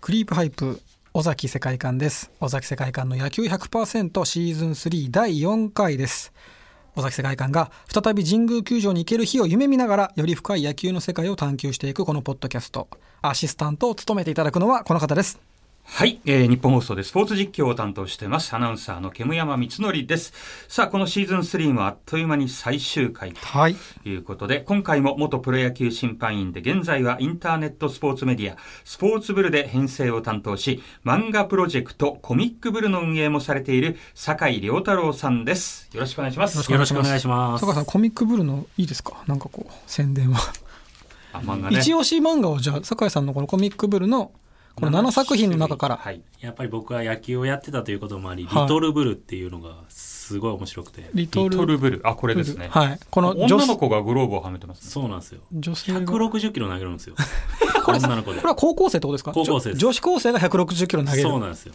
クリープハイプ尾崎世界観です尾崎世界観の野球100%シーズン3第4回です尾崎世界観が再び神宮球場に行ける日を夢見ながらより深い野球の世界を探求していくこのポッドキャストアシスタントを務めていただくのはこの方ですはい、えー日本放送でスポーツ実況を担当してます。アナウンサーの煙山光則です。さあ、このシーズン3もあっという間に最終回とはいいうことで、今回も元プロ野球審判員で、現在はインターネットスポーツメディア、スポーツブルで編成を担当し、漫画プロジェクト、コミックブルの運営もされている、酒井良太郎さんです。よろしくお願いします。よろしくお願いします。坂井さんコミックブルーのいいですかなんかこう宣伝は、あ漫画ね。一押し漫画をじゃあ坂井さんのこのコミックブルーのこの7作品の中からはい。やっぱり僕は野球をやってたということもあり、はいリトルブルっていうのがすごい面白くて。リトリルトブルルブル。あ、これですね。はいこの女女の子子がグローブをはめてますね。そうなんですよ。女性がこ160キロ投げるんですよ。 女の子でれ。は高校生ってことですか高校生です女女子高生が160キロ投げるそうなんですよ。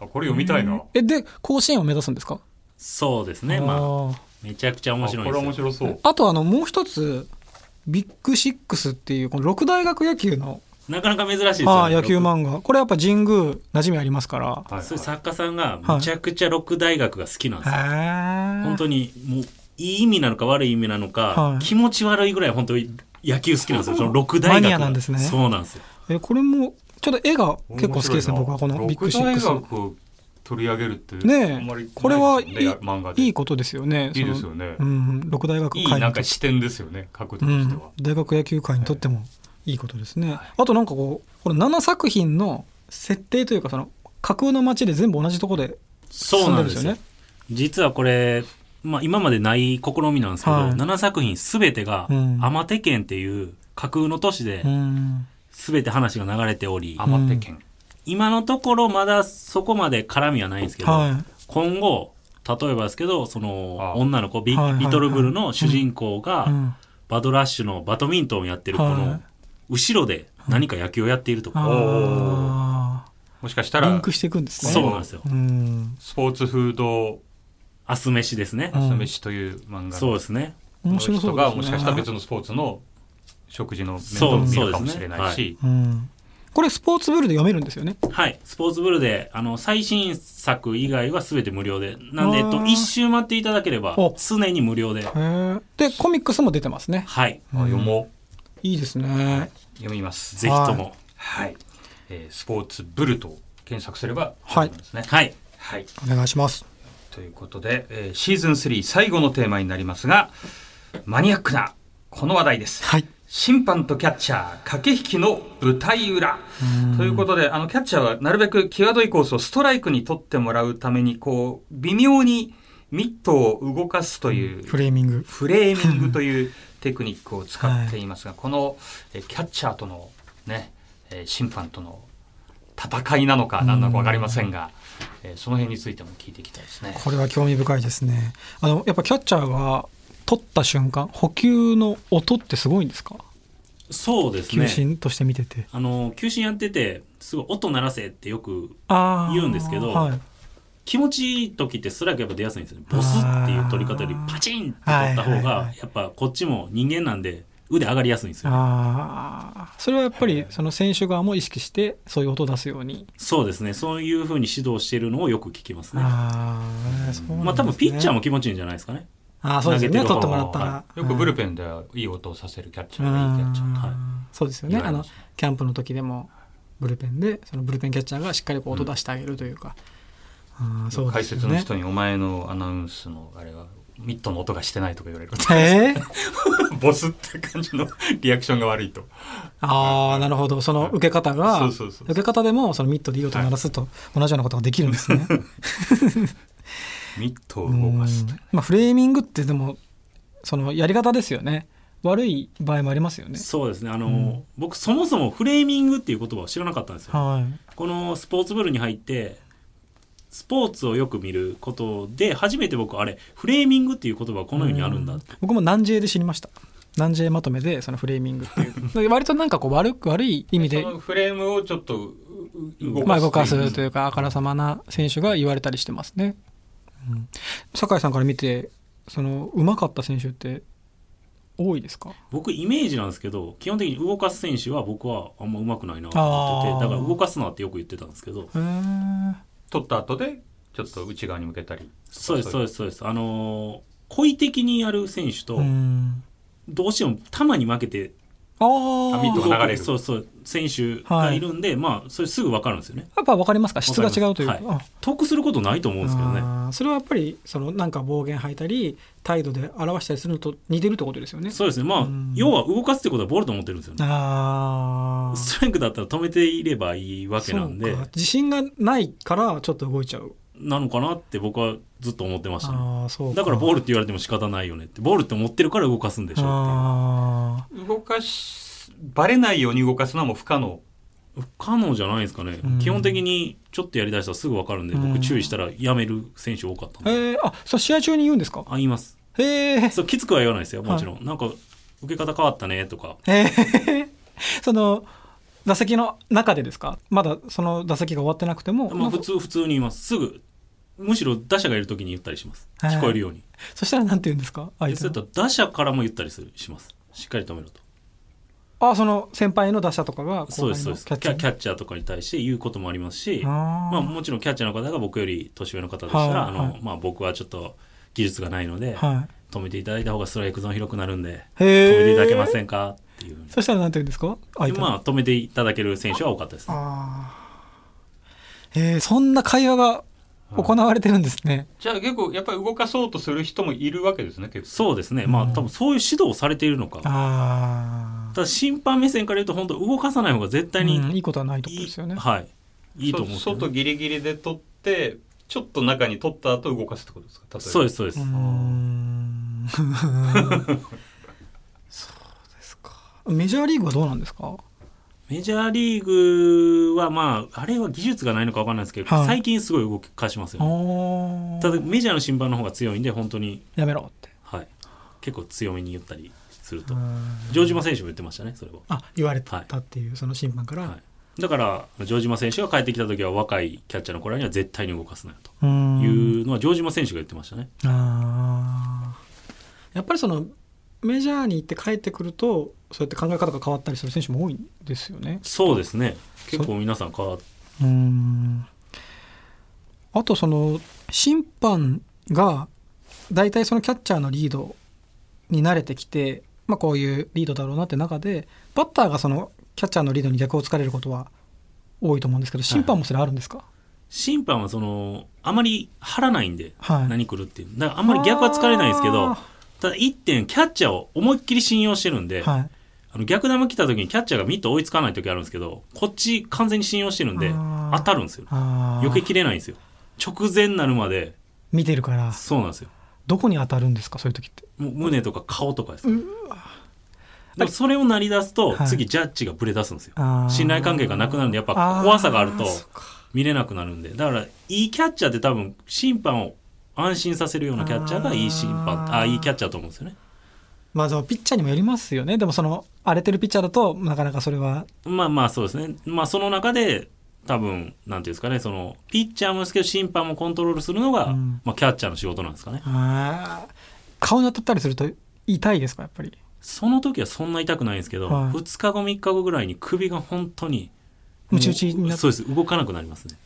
あ、これ読みたいな。えで甲子園を目指すんですかそうですね。まあ、あめちゃくちゃ面白いあんこでれすよ面。白そう。ーあとあのもう一つビッグシックスっていうこの六大学野球の、なかなか珍しいですよ、ね。あー野球漫画これやっぱ神宮馴染みありますからはいそういう作家さんがめちゃくちゃ六大学が好きなんですよ。へ本ー当にもういい意味なのか悪い意味なのか、はい気持ち悪いぐらい本当に野球好きなんですよ。その六大 学が。マニアなんですねそうなんですよ。えこれもちょっと絵が結構好きですね僕はこのビッグシックス六大学を取り上げるってあねんまりえこれはいないですよね漫画でいいいことですよねいいですそよのねうん、六大学い会いになんとかって視点ですよね角度うとしてん、、は大学野球界にとってもいいことですね、あとなんかこうこの7作品の設定というかその架空の街で全部同じとこでそうなんですよ進んでるんですよね実はこれ、まあ、今までない試みなんですけど、はい7作品全てがうん天手県っていう架空の都市でうん全て話が流れており、アマテ県今のところまだそこまで絡みはないんですけど、は今後例えばですけどそのあ女の子ビ,、はいはいはいリトルブルの主人公い、うがん、バドラッシュのバドミントンをやってるこはいの後ろで何か野球をやっているとか、あもしかしたーリンらクしていくんですねそうなんですようんスポーツフード明日飯ですね、うん朝飯という漫画そうのですね面白そ人うですがねもしかしたら別のスポーツの食事の面倒を見るかもしれないしうん、これスポーツブルで読めるんですよねはい、スポーツブルで、あの、最新作以外は全て無料で。なんで、あえーっと、一周待っていただければお、常に無料で。へーでコミックスも出てますねはい、あ読もいいですねう読みますぜひとも。はい、えースポーツブルと検索すればはい出てきますねはい、はいお願いしますということで、えーシーズン3最後のテーマになりますがマニアックなこの話題です、はい審判とキャッチャー駆け引きの舞台裏ということであのキャッチャーはなるべく際どいコースをストライクに取ってもらうためにこう微妙にミットを動かすというフレーミングフレーミングというテクニックを使っていますが、このえーキャッチャーとの、ねえー審判との戦いなのか何なのか分かりませんが、えーその辺についても聞いていきたいですね。これは興味深いですね。あのやっぱキャッチャーが取った瞬間、補給の音ってすごいんですか？そうです球ね。審として見てて。あの、球審やってて、すごい音鳴らせってよく、あー言うんですけどはい、気持ちいい時ってストライクやっぱ出やすいんですよね。ボスっていう取り方よりあーパチンって取ったは方いはいはがい、やっぱこっちも人間なんで腕上がりやすいんですよ。あーそれはやっぱりその選手側も意識してそういう音を出すように。そうですね。そういう風に指導しているのをよく聞きますね。ああ、そうなんですねまあ多分ピッチャーも気持ちいいんじゃないですかね。あーそうですよね。投げてる取方ってもらったらは。いよくブルペペンでいい音をさせるキャッチャうーがいいキャッチャんー。はいそうですよね。言わあれまのすキャンプの時でもブルペンでそのブルペンキャッチャーがしっかりこう音出してあげるというか。あーそう解ですよ説のね。人にお前のアナウンスのあれはミットの音がしてないとか言われるえーボスって感じのリアクションが悪いとああ、なるほど。その受け方が、そうそうそう受け方でもそのミットでいい音鳴らすと同じようなことができるんですね。ミットをうん 動かすとまあフレーミングってでも、そのやり方ですよね。悪い場合もありますよね。そうですねあの、うん僕そもそもフレーミングっていう言葉を知らなかったんですよ、はい。このスポーツブルに入ってスポーツをよく見ることで初めて僕あれフレーミングっていう言葉はこの世にあるんだって僕も南 J で知りました。南 J まとめでそのフレーミングっていう。 で割となんかこう悪く悪い意味でそ、のフレームをちょっとううま動かあす動かすとといういうか、あからさまな選手が言われたりしてますね。うん、酒井さんから見て、そのうまかった選手って多いですか僕イメージなんですけど基本的に動かす選手は僕はあんま上手くないなとあ思っーててだから動かすなってよく言ってたんですけどへー取った後でちょっと内側に向けたりそうですそそうういですそうですあのー故意的にやる選手と、うんどうしても球に負けてあミートーが流れるそうそう選手がいるんで、まあそれすぐ分かるんですよねやっぱ分かりますか質が違うというかわかりま得することないと思うんですけどねあーそれはやっぱりそのなんか暴言吐いたり態度で表したりするのと似てるってことですよね。そうですねまあうん要は動かすってことはボールと思ってるんですよねあーストライクだったら止めていればいいわけなんでそうか自信がないからちょっと動いちゃう。なのかなって僕はずっと思ってましたねああそうだからボールルって言われても仕方ないよねってボールって思ってるから動かすんでしょっあ動かしバレないように動かすのはもう不可能ていう不可能じゃないですかね、うん基本的にちょっとやりだしたらすぐ分かるんでうん僕注意したらやめる選手多かったんーで、えー、あそう試合中に言うんですかあ言いますへえそうきつくは言わないですよもちろん、なんか受け方変わったねとかえー その打席の中でですかまだその打席が終わってなくても、まなあ、んか普通普通に言いますすぐむしろ打者がいる時に言ったりしますはい聞こえるように、そしたらなんて言うんですか相で手そうのやったら打者からも言ったりするしますしっかり止めろとあその先輩の打者とかがそうですそうですキャキャッチキャッチャーとかに対して言うこともありますしあーまあ、もちろんキャッチャーの方が僕より年上の方でしたはら、いあのはいまあ、僕はちょっと技術がないので、は止めていただいた方がストライクゾーン広くなるんでい、へ止めえていただけませんかっていうふうにそしたらなんて言うんですか相で手まあ止めていただける選手は多かったですねあーへえそんな会話が行われてるんですね、じゃあ結構やっぱり動かそうとする人もいるわけですね結構そうですねまあうん多分そういう指導をされているのかああただ審判目線から言うと本当動かさない方が絶対にうんいいことはないっていこい,、とですよねはい、いいと思うんですそよね外ギリギリで取ってちょっと中に取った後動かすってことですか例えばそうですそうです、うーん そうですかメジャーリーグはどうなんですかメジャーリーグはまああれは技術がないのか分かんないですけど、はい最近すごい動かしますよねおただメジャーの審判の方が強いんで本当にやめろってはい結構強めに言ったりするとうん城島選手も言ってましたねそれはあ言われたっていう、その審判から、はだから城島選手が帰ってきた時は若いキャッチャーの子らには絶対に動かすなよとうーんいうのは城島選手が言ってましたねあーやっぱりそのメジャーに行って帰ってくるとそうやって考え方が変わったりする選手も多いんですよね。そうですね結構皆さん変わっうんあとその審判が大体そのキャッチャーのリードに慣れてきて、まあ、こういうリードだろうなって中でバッターがそのキャッチャーのリードに逆をつかれることは多いと思うんですけど審判もそれあるんですか、審判はそのあまり張らないんではい何来るっていうだからあんまり逆は疲れないですけどあただ1点キャッチャーを思いっきり信用してるんで、ーはい、あの逆球来た時にキャッチャーがミット追いつかない時あるんですけどこっち完全に信用してるんであー当たるんですよあー避けきれないんですよ直前になるまで見てるからそうなんですよどこに当たるんですかそういう時って。もう胸とか顔とかですうでもそれをなり出すとはい次ジャッジがブレ出すんですよあー信頼関係がなくなるんでやっぱ怖さがあるとーそっか見れなくなるんでだからいいキャッチャーって多分審判を安心させるようなキャッチャーがいい審判ああーあいいキャッチャーと思うんですよねまあでもピッチャーにもよりますよねでもその荒れてるピッチャーだとなかなかそれはまあまあそうですねまあその中で多分なんていうんですかねそのピッチャーもですけど審判もコントロールするのが、うんまあ、キャッチャーの仕事なんですかねあー顔に当たったりすると痛いですかやっぱりその時はそんな痛くないんですけど、はい2日後3日後ぐらいに首が本当にムチムチになっそうです動かなくなりますね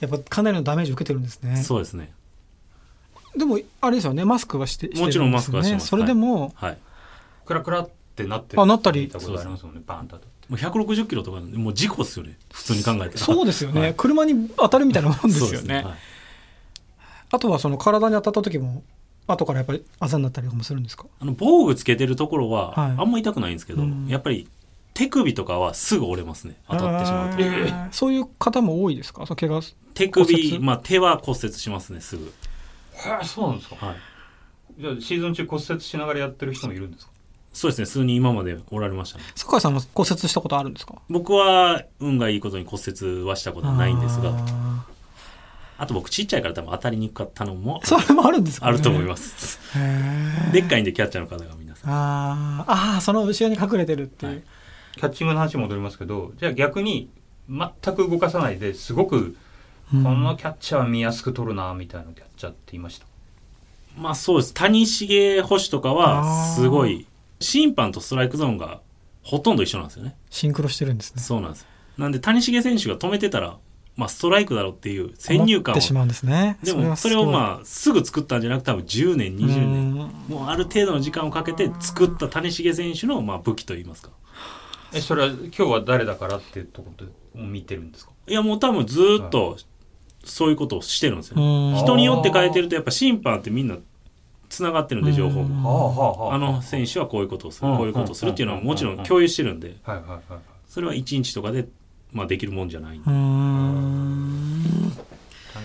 やっぱかなりのダメージ受けてるんですねそうですねでもあれですよねマスクはしてしてるもちろんマスクはしてますですよねそれでも、はいクラクラってなってるあなったり見たことありますもんねバーンと当たってもう160キロとかなんでもう事故ですよね普通に考えてそうですよね、はい車に当たるみたいなもんですよそうねはいあとはその体に当たった時も後からやっぱりあざになったりとかもするんですかあの防具つけてるところははいあんま痛くないんですけど、うんやっぱり手首とかはすぐ折れますね当たってしまうとあーそういう方も多いですかその怪我手骨首、折まあ、手は骨折しますねすぐ、へえそうなんですかはい、じゃあシーズン中骨折しながらやってる人もいるんですかそうですね数人今までおられましたね酒井さんも骨折したことあるんですか僕は運がいいことに骨折はしたことはないんですがああと僕ちっちゃいから多分当たりにくかったのもーそれもあるんですか、あると思いますす、でっかいんでキャッチャーの方が皆さんあーあーその後ろに隠れてるっていう、はいキャッチングの話に戻りますけどじゃあ逆に全く動かさないですごくこのキャッチャーは見やすく取るなみたいなキャッチャーって言いましたまあそうです谷繁捕手とかはすごい審判とストライクゾーンがほとんど一緒なんですよね。シンクロしてるんですねそうなんです。なんで谷繁選手が止めてたら、まあ、ストライクだろうっていう先入思観をってしまうんですねでもそれをまあすぐ作ったんじゃなくて多分10年20年年もうある程度の時間をかけて作った谷繁選手のまあ武器といいますかえそれは今日は誰だからっていうところを見てるんですかいやもう多分ずーっとそういうことをしてるんですよねあ人によって変えてるとやっぱ審判ってみんなつながってるんで情報うんもはあはあはああの選手はこういうことをするうんこういうことをするっていうのはもちろん共有してるんではいはいはいはいそれは1日とかでまあできるもんじゃないうん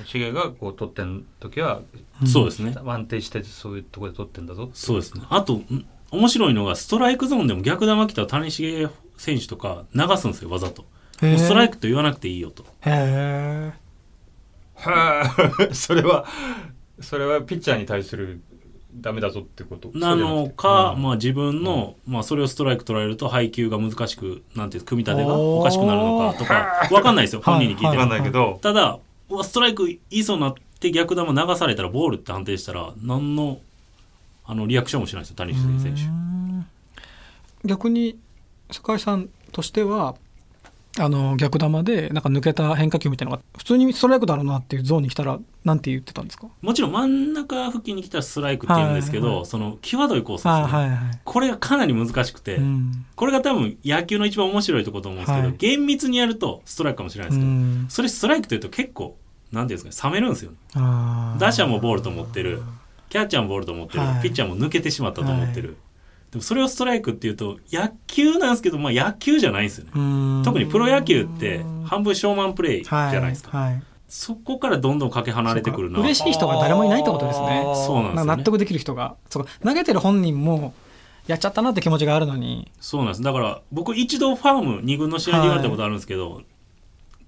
谷繁がこう取ってん時はそうですね安定してそういうところで取ってんだぞそうですねあとん面白いのがストライクゾーンでも逆球来たら谷繁選手とか流すんですよわざともうストライククと言わなくていいよとへえはあ それはそれはピッチャーに対するダメだぞってことなのか、うんまあ、自分の、まあ、それをストライク取られると配球が難しくなんていうんです組み立てがおかしくなるのかとかわかんないですよはい本人に聞いわてかもんないけどただうわストライクいいそうになって逆球流されたらボールって判定したら何のあのリアクションもしないですよ谷繁選手逆に酒井さんとしてはあの逆球でなんか抜けた変化球みたいなのが普通にストライクだろうなっていうゾーンに来たらなんて言ってたんですかもちろん真ん中付近に来たらストライクって言うんですけど、はいはいその際どいコースですね、いはい、これがかなり難しくて、うんこれが多分野球の一番面白いところと思うんですけど、はい厳密にやるとストライクかもしれないですけど、それストライクというと結構なんていうんですかね冷めるんですよね打者もボールと思ってるキャッチャーもボールと思ってる、はいピッチャーも抜けてしまったと思ってる、でもそれをストライクっていうと野球なんですけど、まあ、野球じゃないんですよね、特にプロ野球って半分ショーマンプレイじゃないですか、はいはいそこからどんどんかけ離れてくるなそうか嬉しい人が誰もいないってことですねあーそうなんですよね納得できる人がそうか投げてる本人もやっちゃったなって気持ちがあるのにそうなんですだから僕一度ファーム2軍の試合で言われたことあるんですけど、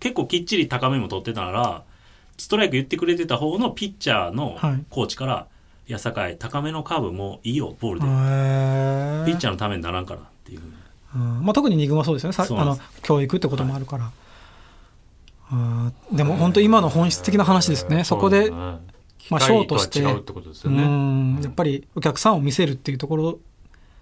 結構きっちり高めも取ってたならストライク言ってくれてた方のピッチャーのはいコーチから「いや酒井高めのカーブもいいよボールで、ピッッチャーのためにならんから」っていうふうにうんまあ、特に二軍はそうですよねさそうあなんでのす教育ってこともあるから、うんでも本当今の本質的な話ですね、そこで、うねまあショーとして機械とは違うってことですうよねんやっぱりお客さんを見せるっていうところ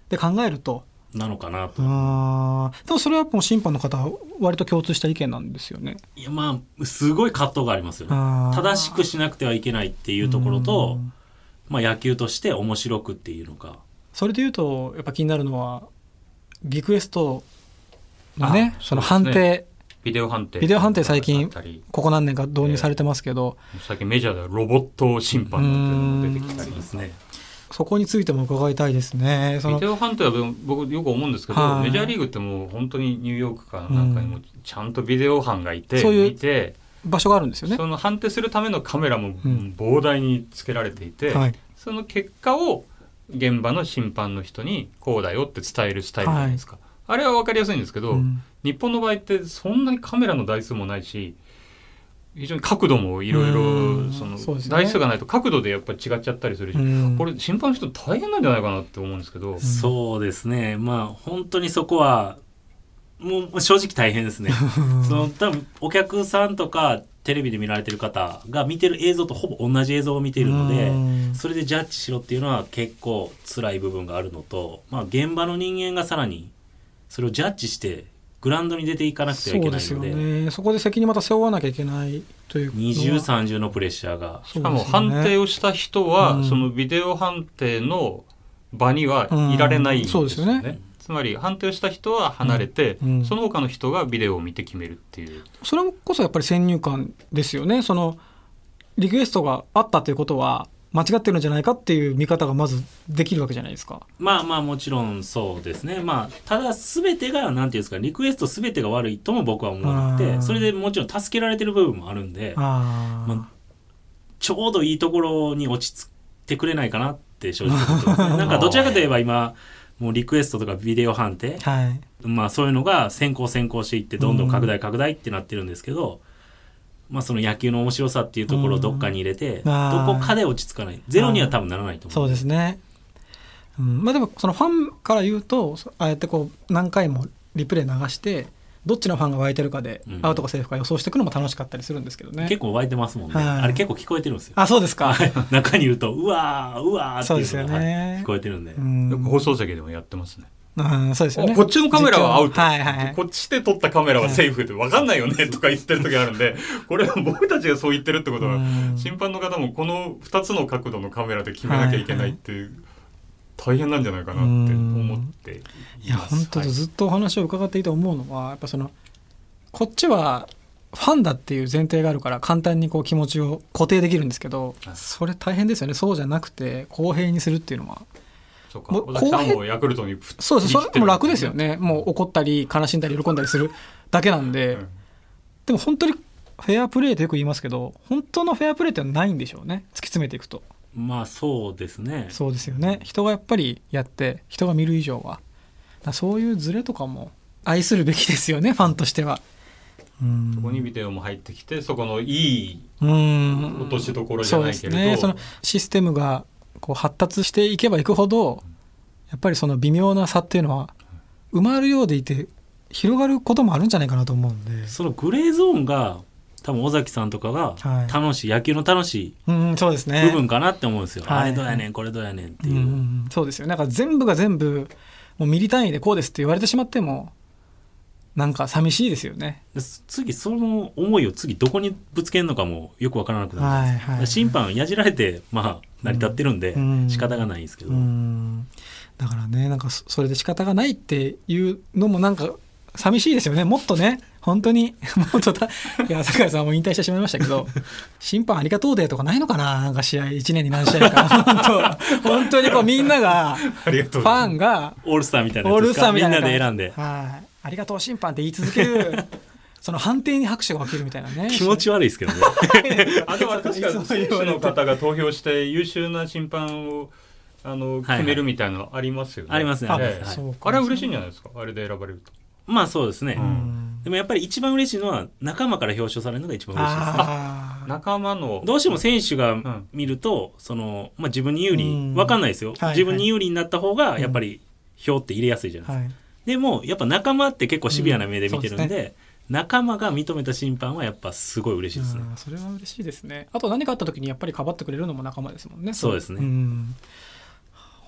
で考えると、なのかなと、うんでもそれはもう審判の方は割と共通した意見なんですよね。いやまあすごい葛藤がありますよね正正しくしなくてはいけないっていうところと、まあ、野球として面白くっていうのかそれでいうとやっぱ気になるのはリクエストのねあその判そ定、うでビデオ判定ビデオ判定最近だったりここ何年か導入されてますけど、最近メジャーではロボット審判なんていうのも出てきたりですねそこについても伺いたいですね。そビのデオ判定は僕よく思うんですけど、はいメジャーリーグってもう本当にニューヨークかなんかにもちゃんとビデオ班がいて、そういう見て場所があるんですよね。その判定するためのカメラもうん膨大につけられていて、はい、その結果を現場の審判の人にこうだよって伝えるスタイルじゃないですか、あれは分かりやすいんですけど、うん日本の場合ってそんなにカメラの台数もないし非常に角度もいろいうんろそのそうですね台数がないと角度でやっぱり違っちゃったりするし、うんこれ審判の人大変なんじゃないかなって思うんですけど、そうですねまあ本当にそこはもう正直大変です ねその多分お客さんとかテレビで見られてる方が見てる映像とほぼ同じ映像を見ているのでうんそれでジャッジしろっていうのは結構辛い部分があるのと、まあ、現場の人間がさらにそれをジャッジしてグラウンドに出ていかなくてはいけないそのうでですよね。そこで責任また背負わなきゃいけないという二重そ三重のプレッシャーがうですよねしかも判定をした人は、うんそのビデオ判定の場にはいられないんですようね。んそうですよねつまり判定をした人は離れて、うんうんその他の人がビデオを見て決めるっていう。それこそやっぱり先入観ですよね。そのリクエストがあったということは間違ってるんじゃないかっていう見方がまずできるわけじゃないですか。まあまあもちろんそうですね。まあ、ただ全てが、なんていうんですか、リクエスト全てが悪いとも僕は思わなくあーて、それでもちろん助けられてる部分もあるんで、あーまちょうどいいところに落ち着いてくれないかなって正直思って ますね。なんかどちらかといえば今、もうリクエストとかビデオ判定、はい。まあそういうのが先行先行していって、どんどん拡大拡大ってなってるんですけど、まあその野球の面白さっていうところをどっかに入れて、うんあーどこかで落ち着かない。ゼロには多分ならないと思う。そうですね。うん、まあでもそのファンから言うとそああやってこう何回もリプレイ流してどっちのファンが湧いてるかで、うんアウトかセーフか予想していくのも楽しかったりするんですけどね結構湧いてますもんね、はいあれ結構聞こえてるんですよ あそうですか、はい中にいるとうわーうわーっていうのそうが、ですよねはい聞こえてるんで、うんよく放送席でもやってますね。うんそうですよねあこっちのカメラはアウト、実況はいはいはいこっちで撮ったカメラはセーフって分かんないよねとか言ってる時あるんでこれは僕たちがそう言ってるってことはうん審判の方もこの2つの角度のカメラで決めなきゃいけないっていう大変なんじゃないかなって思っています。いや本当はいずっとお話を伺っていて思うのはやっぱそのこっちはファンだっていう前提があるから簡単にこう気持ちを固定できるんですけどはいそれ大変ですよねそうじゃなくて公平にするっていうのはそうかもう尾崎さん後もヤクルトに振そうですそれも楽ですよ。振り切ってるんねもう怒ったり悲しんだり喜んだりするだけなんでうんでも本当にフェアプレーってよく言いますけど本当のフェアプレーってのはないんでしょうね突き詰めていくとまあそうですねそうですよね人がやっぱりやって人が見る以上はだからそういうズレとかも愛するべきですよねファンとしてはうんそこにビデオも入ってきてそこのいいうん落としどころじゃないけれど、そうですねそのシステムがこう発達していけばいくほどやっぱりその微妙な差っていうのは埋まるようでいて広がることもあるんじゃないかなと思うんでそのグレーゾーンが多分尾崎さんとかがはい楽しい、野球の楽しうんそうですいね部分かなって思うんですよ、はいあれどうやねんこれどうやねんってういんう、うんうんそうですよなんか全部が全部もうミリ単位でこうですって言われてしまってもなんか寂しいですよねで次その思いを次どこにぶつけるのかもよくわからなくなる、はいはい審判やじられてまあ成り立ってるんで、うん仕方がないんですけど、うんだからねなんかそそれで仕方がないっていうのもなんか寂しいですよねもっとね本当に もっとたいや酒井さんはもう引退してしまいましたけど審判ありがとうデーとかないのかななんか試合1年に何試合か本当本当にこうみんながフありがとうございァますンがオールスターみたいなオやーつでルスすタかーみみたんいな感なじで選んではいありがとう審判って言い続けるその判定に拍手が起きるみたいなね気持ち悪いですけどねあでもあれ確か選手の方が投票して優秀な審判をあのはい決めるみたいなのありますよね。ありますねああります、ええはいそうかあれは嬉しいんじゃないですか。あれで選ばれると。まあそうですね、うんでもやっぱり一番嬉しいのは仲間から表彰されるのが一番嬉しいですねあー仲間のどうしても選手がん見ると、そのまあ、自分に有う利んわかんないですよ、はいはい自分に有利になった方がやっぱり票って入れやすいじゃないですか、はいでもやっぱ仲間って結構シビアな目で見てるんで,、うんそう仲間が認めた審判はやっぱすごい嬉しいですね、あーそれは嬉しいですねあと何かあった時にやっぱりかばってくれるのも仲間ですもんねそうですねん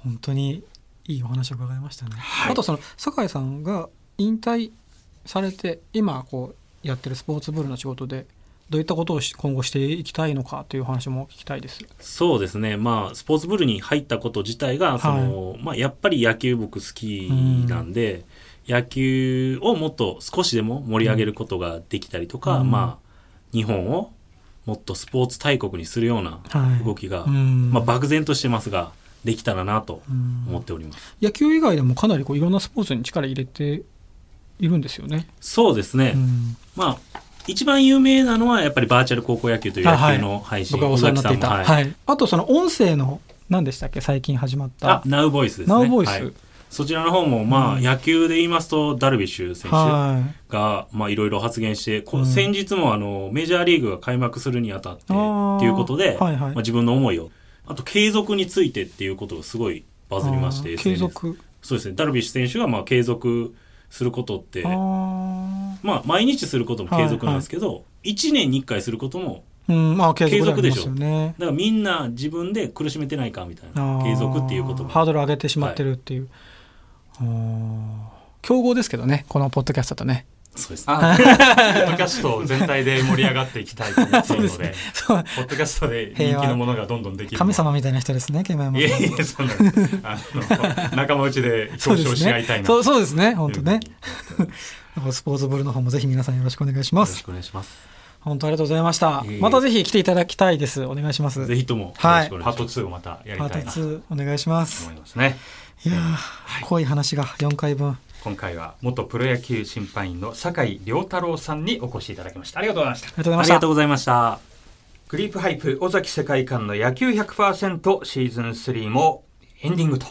本当にいいお話を伺いましたね、あとその酒井さんが引退されて今こうやってるスポーツブルーの仕事でどういったことをし今後していきたいのかというお話も聞きたいですそうですねまあスポーツブルに入ったこと自体がその、まあ、やっぱり野球僕好きなんで、野球をもっと少しでも盛り上げることができたりとか、うんまあ日本をもっとスポーツ大国にするようなはい動きが、うんまあ、漠然としてますができたらなとうん思っております、野球以外でもかなりこういろんなスポーツに力入れているんですよね、そうですね、うんまあ一番有名なのはやっぱりバーチャル高校野球というあは野い球の配信、僕がお世話になっていた、尾は崎いさんもはいあとその音声の何でしたっけ最近始まったあナウボイスですねナウボイス、はいそちらの方も、まあ、野球で言いますと、ダルビッシュ選手はいが、まあ、いろいろ発言して、こうんう先日も、あの、メジャーリーグが開幕するにあたって、あとーいうことで、はいはいまあ、自分の思いを、あと、継続についてっていうことがすごいバズりまして、あー SNS 継続そうですね、ダルビッシュ選手が、まあ、継続することってあ、ーまあ、毎日することも継続なんですけど、一1年に1回することも、うんまあ継続で継続でししょょねだからみんな自分で苦しめてないかみたいあな、ー継続っていうことハーも。ドル上げてしまってるっていう、あー競合ですけどねこのポッドキャストとねそうですね。あポッドキャスト全体で盛り上がっていきたいと思っているので、 そうポッドキャストで人気のものがどんどんできる。神様みたいな人ですねケイマヤマいさんやいや、そんな、あの、仲間内で表そうで彰すし合いたいねな。そうそうですね本当ねというスポーツブルの方もぜひ皆さんよろしくお願いしよまろしすくお願いします。本当ありがとうございましたいえいえまたぜひ来ていただきたいですお願いしますぜひともよろしくお願いします。パート2をまたやりパートたいなと2お願いします思いますね。いやー、濃い話が4回分今回は元プロ野球審判員の酒井良太郎さんにお越しいただきました。ありがとうございました。ありがとうございまあしりたがとうございました。クリープハイプ尾崎世界観の野球100%シーズン3もエンディングと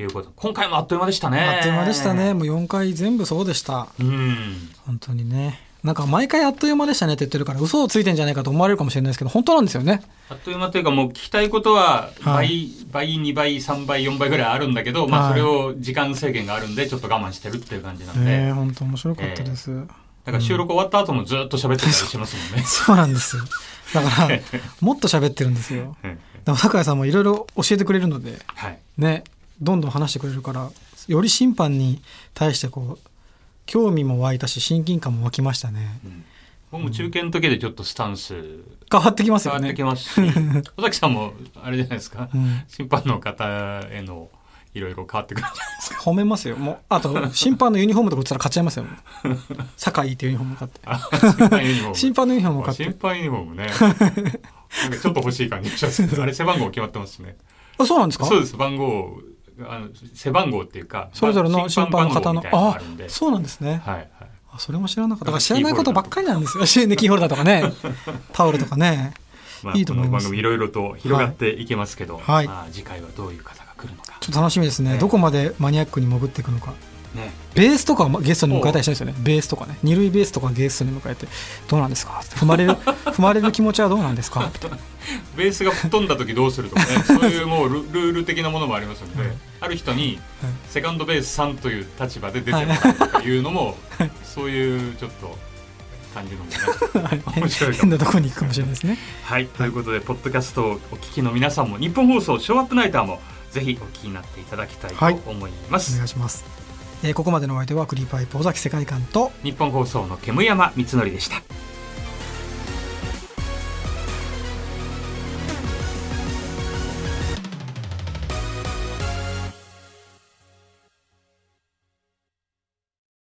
いうこと。今回もあっという間でしたね。あっという間でしたね。。もう4回全部そうでした。うん。本当にね。なんか毎回あっという間でしたねって言ってるから嘘をついてんじゃないかと思われるかもしれないですけど、本当なんですよね。あっという間というかもう聞きたいことは倍、は倍、2倍、3倍、4倍ぐらいあるんだけど、まあはいそれを時間制限があるんでちょっと我慢してるっていう感じなんで。ええ本当面白かったです。だから収録終わった後もずっと喋ってたりしますもんね。そうなんですよだからもっと喋ってるんですよ うんでも酒井さんもいろいろ教えてくれるのではい。ねどんどん話してくれるからより審判に対してこう興味も湧いたし親近感も湧きましたね僕も中継の時でちょっとスタンス変わってきます変わよってねきますし、尾崎さんもあれじゃないですか、うん審判の方へのいろいろ変わってくるんじゃないですか。褒めますよもうあ と審判のユニフォームとか売ってたら買っちゃいますよもう酒井っていうユニフォーム買ってあ審判ユ ニフォーム。審判のユニフォーム買って審判ユニフォームね。な んかちょっと欲しい感じがします。あれ背番号決まってますしね。あそうなんですかそうです番号あの背番号っていうかそれぞれの審判の方の審判番号みたいなのがああるんで。そうなんですねはいはい。あそれも知らなかっただから知らないことばっかりなんですよね キーホルダーとかね タオルとかねまいいと思いますこの番組いろいろと広がっていけますけど、はいまあ、次回はどういう方が来るのか。ちょっと楽しみですねねどこまでマニアックに潜っていくのかね。ベースとかをゲストに迎えたりしたいですよねベースとかね二塁ベースとかゲストに迎えてどうなんですか踏まれる 踏まれる気持ちはどうなんですかベースが吹っ飛んだ時どうす るとかねそういうもうルルール的なものもありますので、ある人にセカンドベース3という立場で出てもらうとかいうのも、 そういうちょっと感じのもね 面白い か変も。なとこに行くかもしれないですねはいということで、ポッドキャストをお聞きの皆さんも日本放送「ショーアップナイター」もぜひお聞きになっていただきたいと思いまおす。願いします、えーここまでのお相手はクリーパイプ尾崎世界観と日本放送の煙山光則でした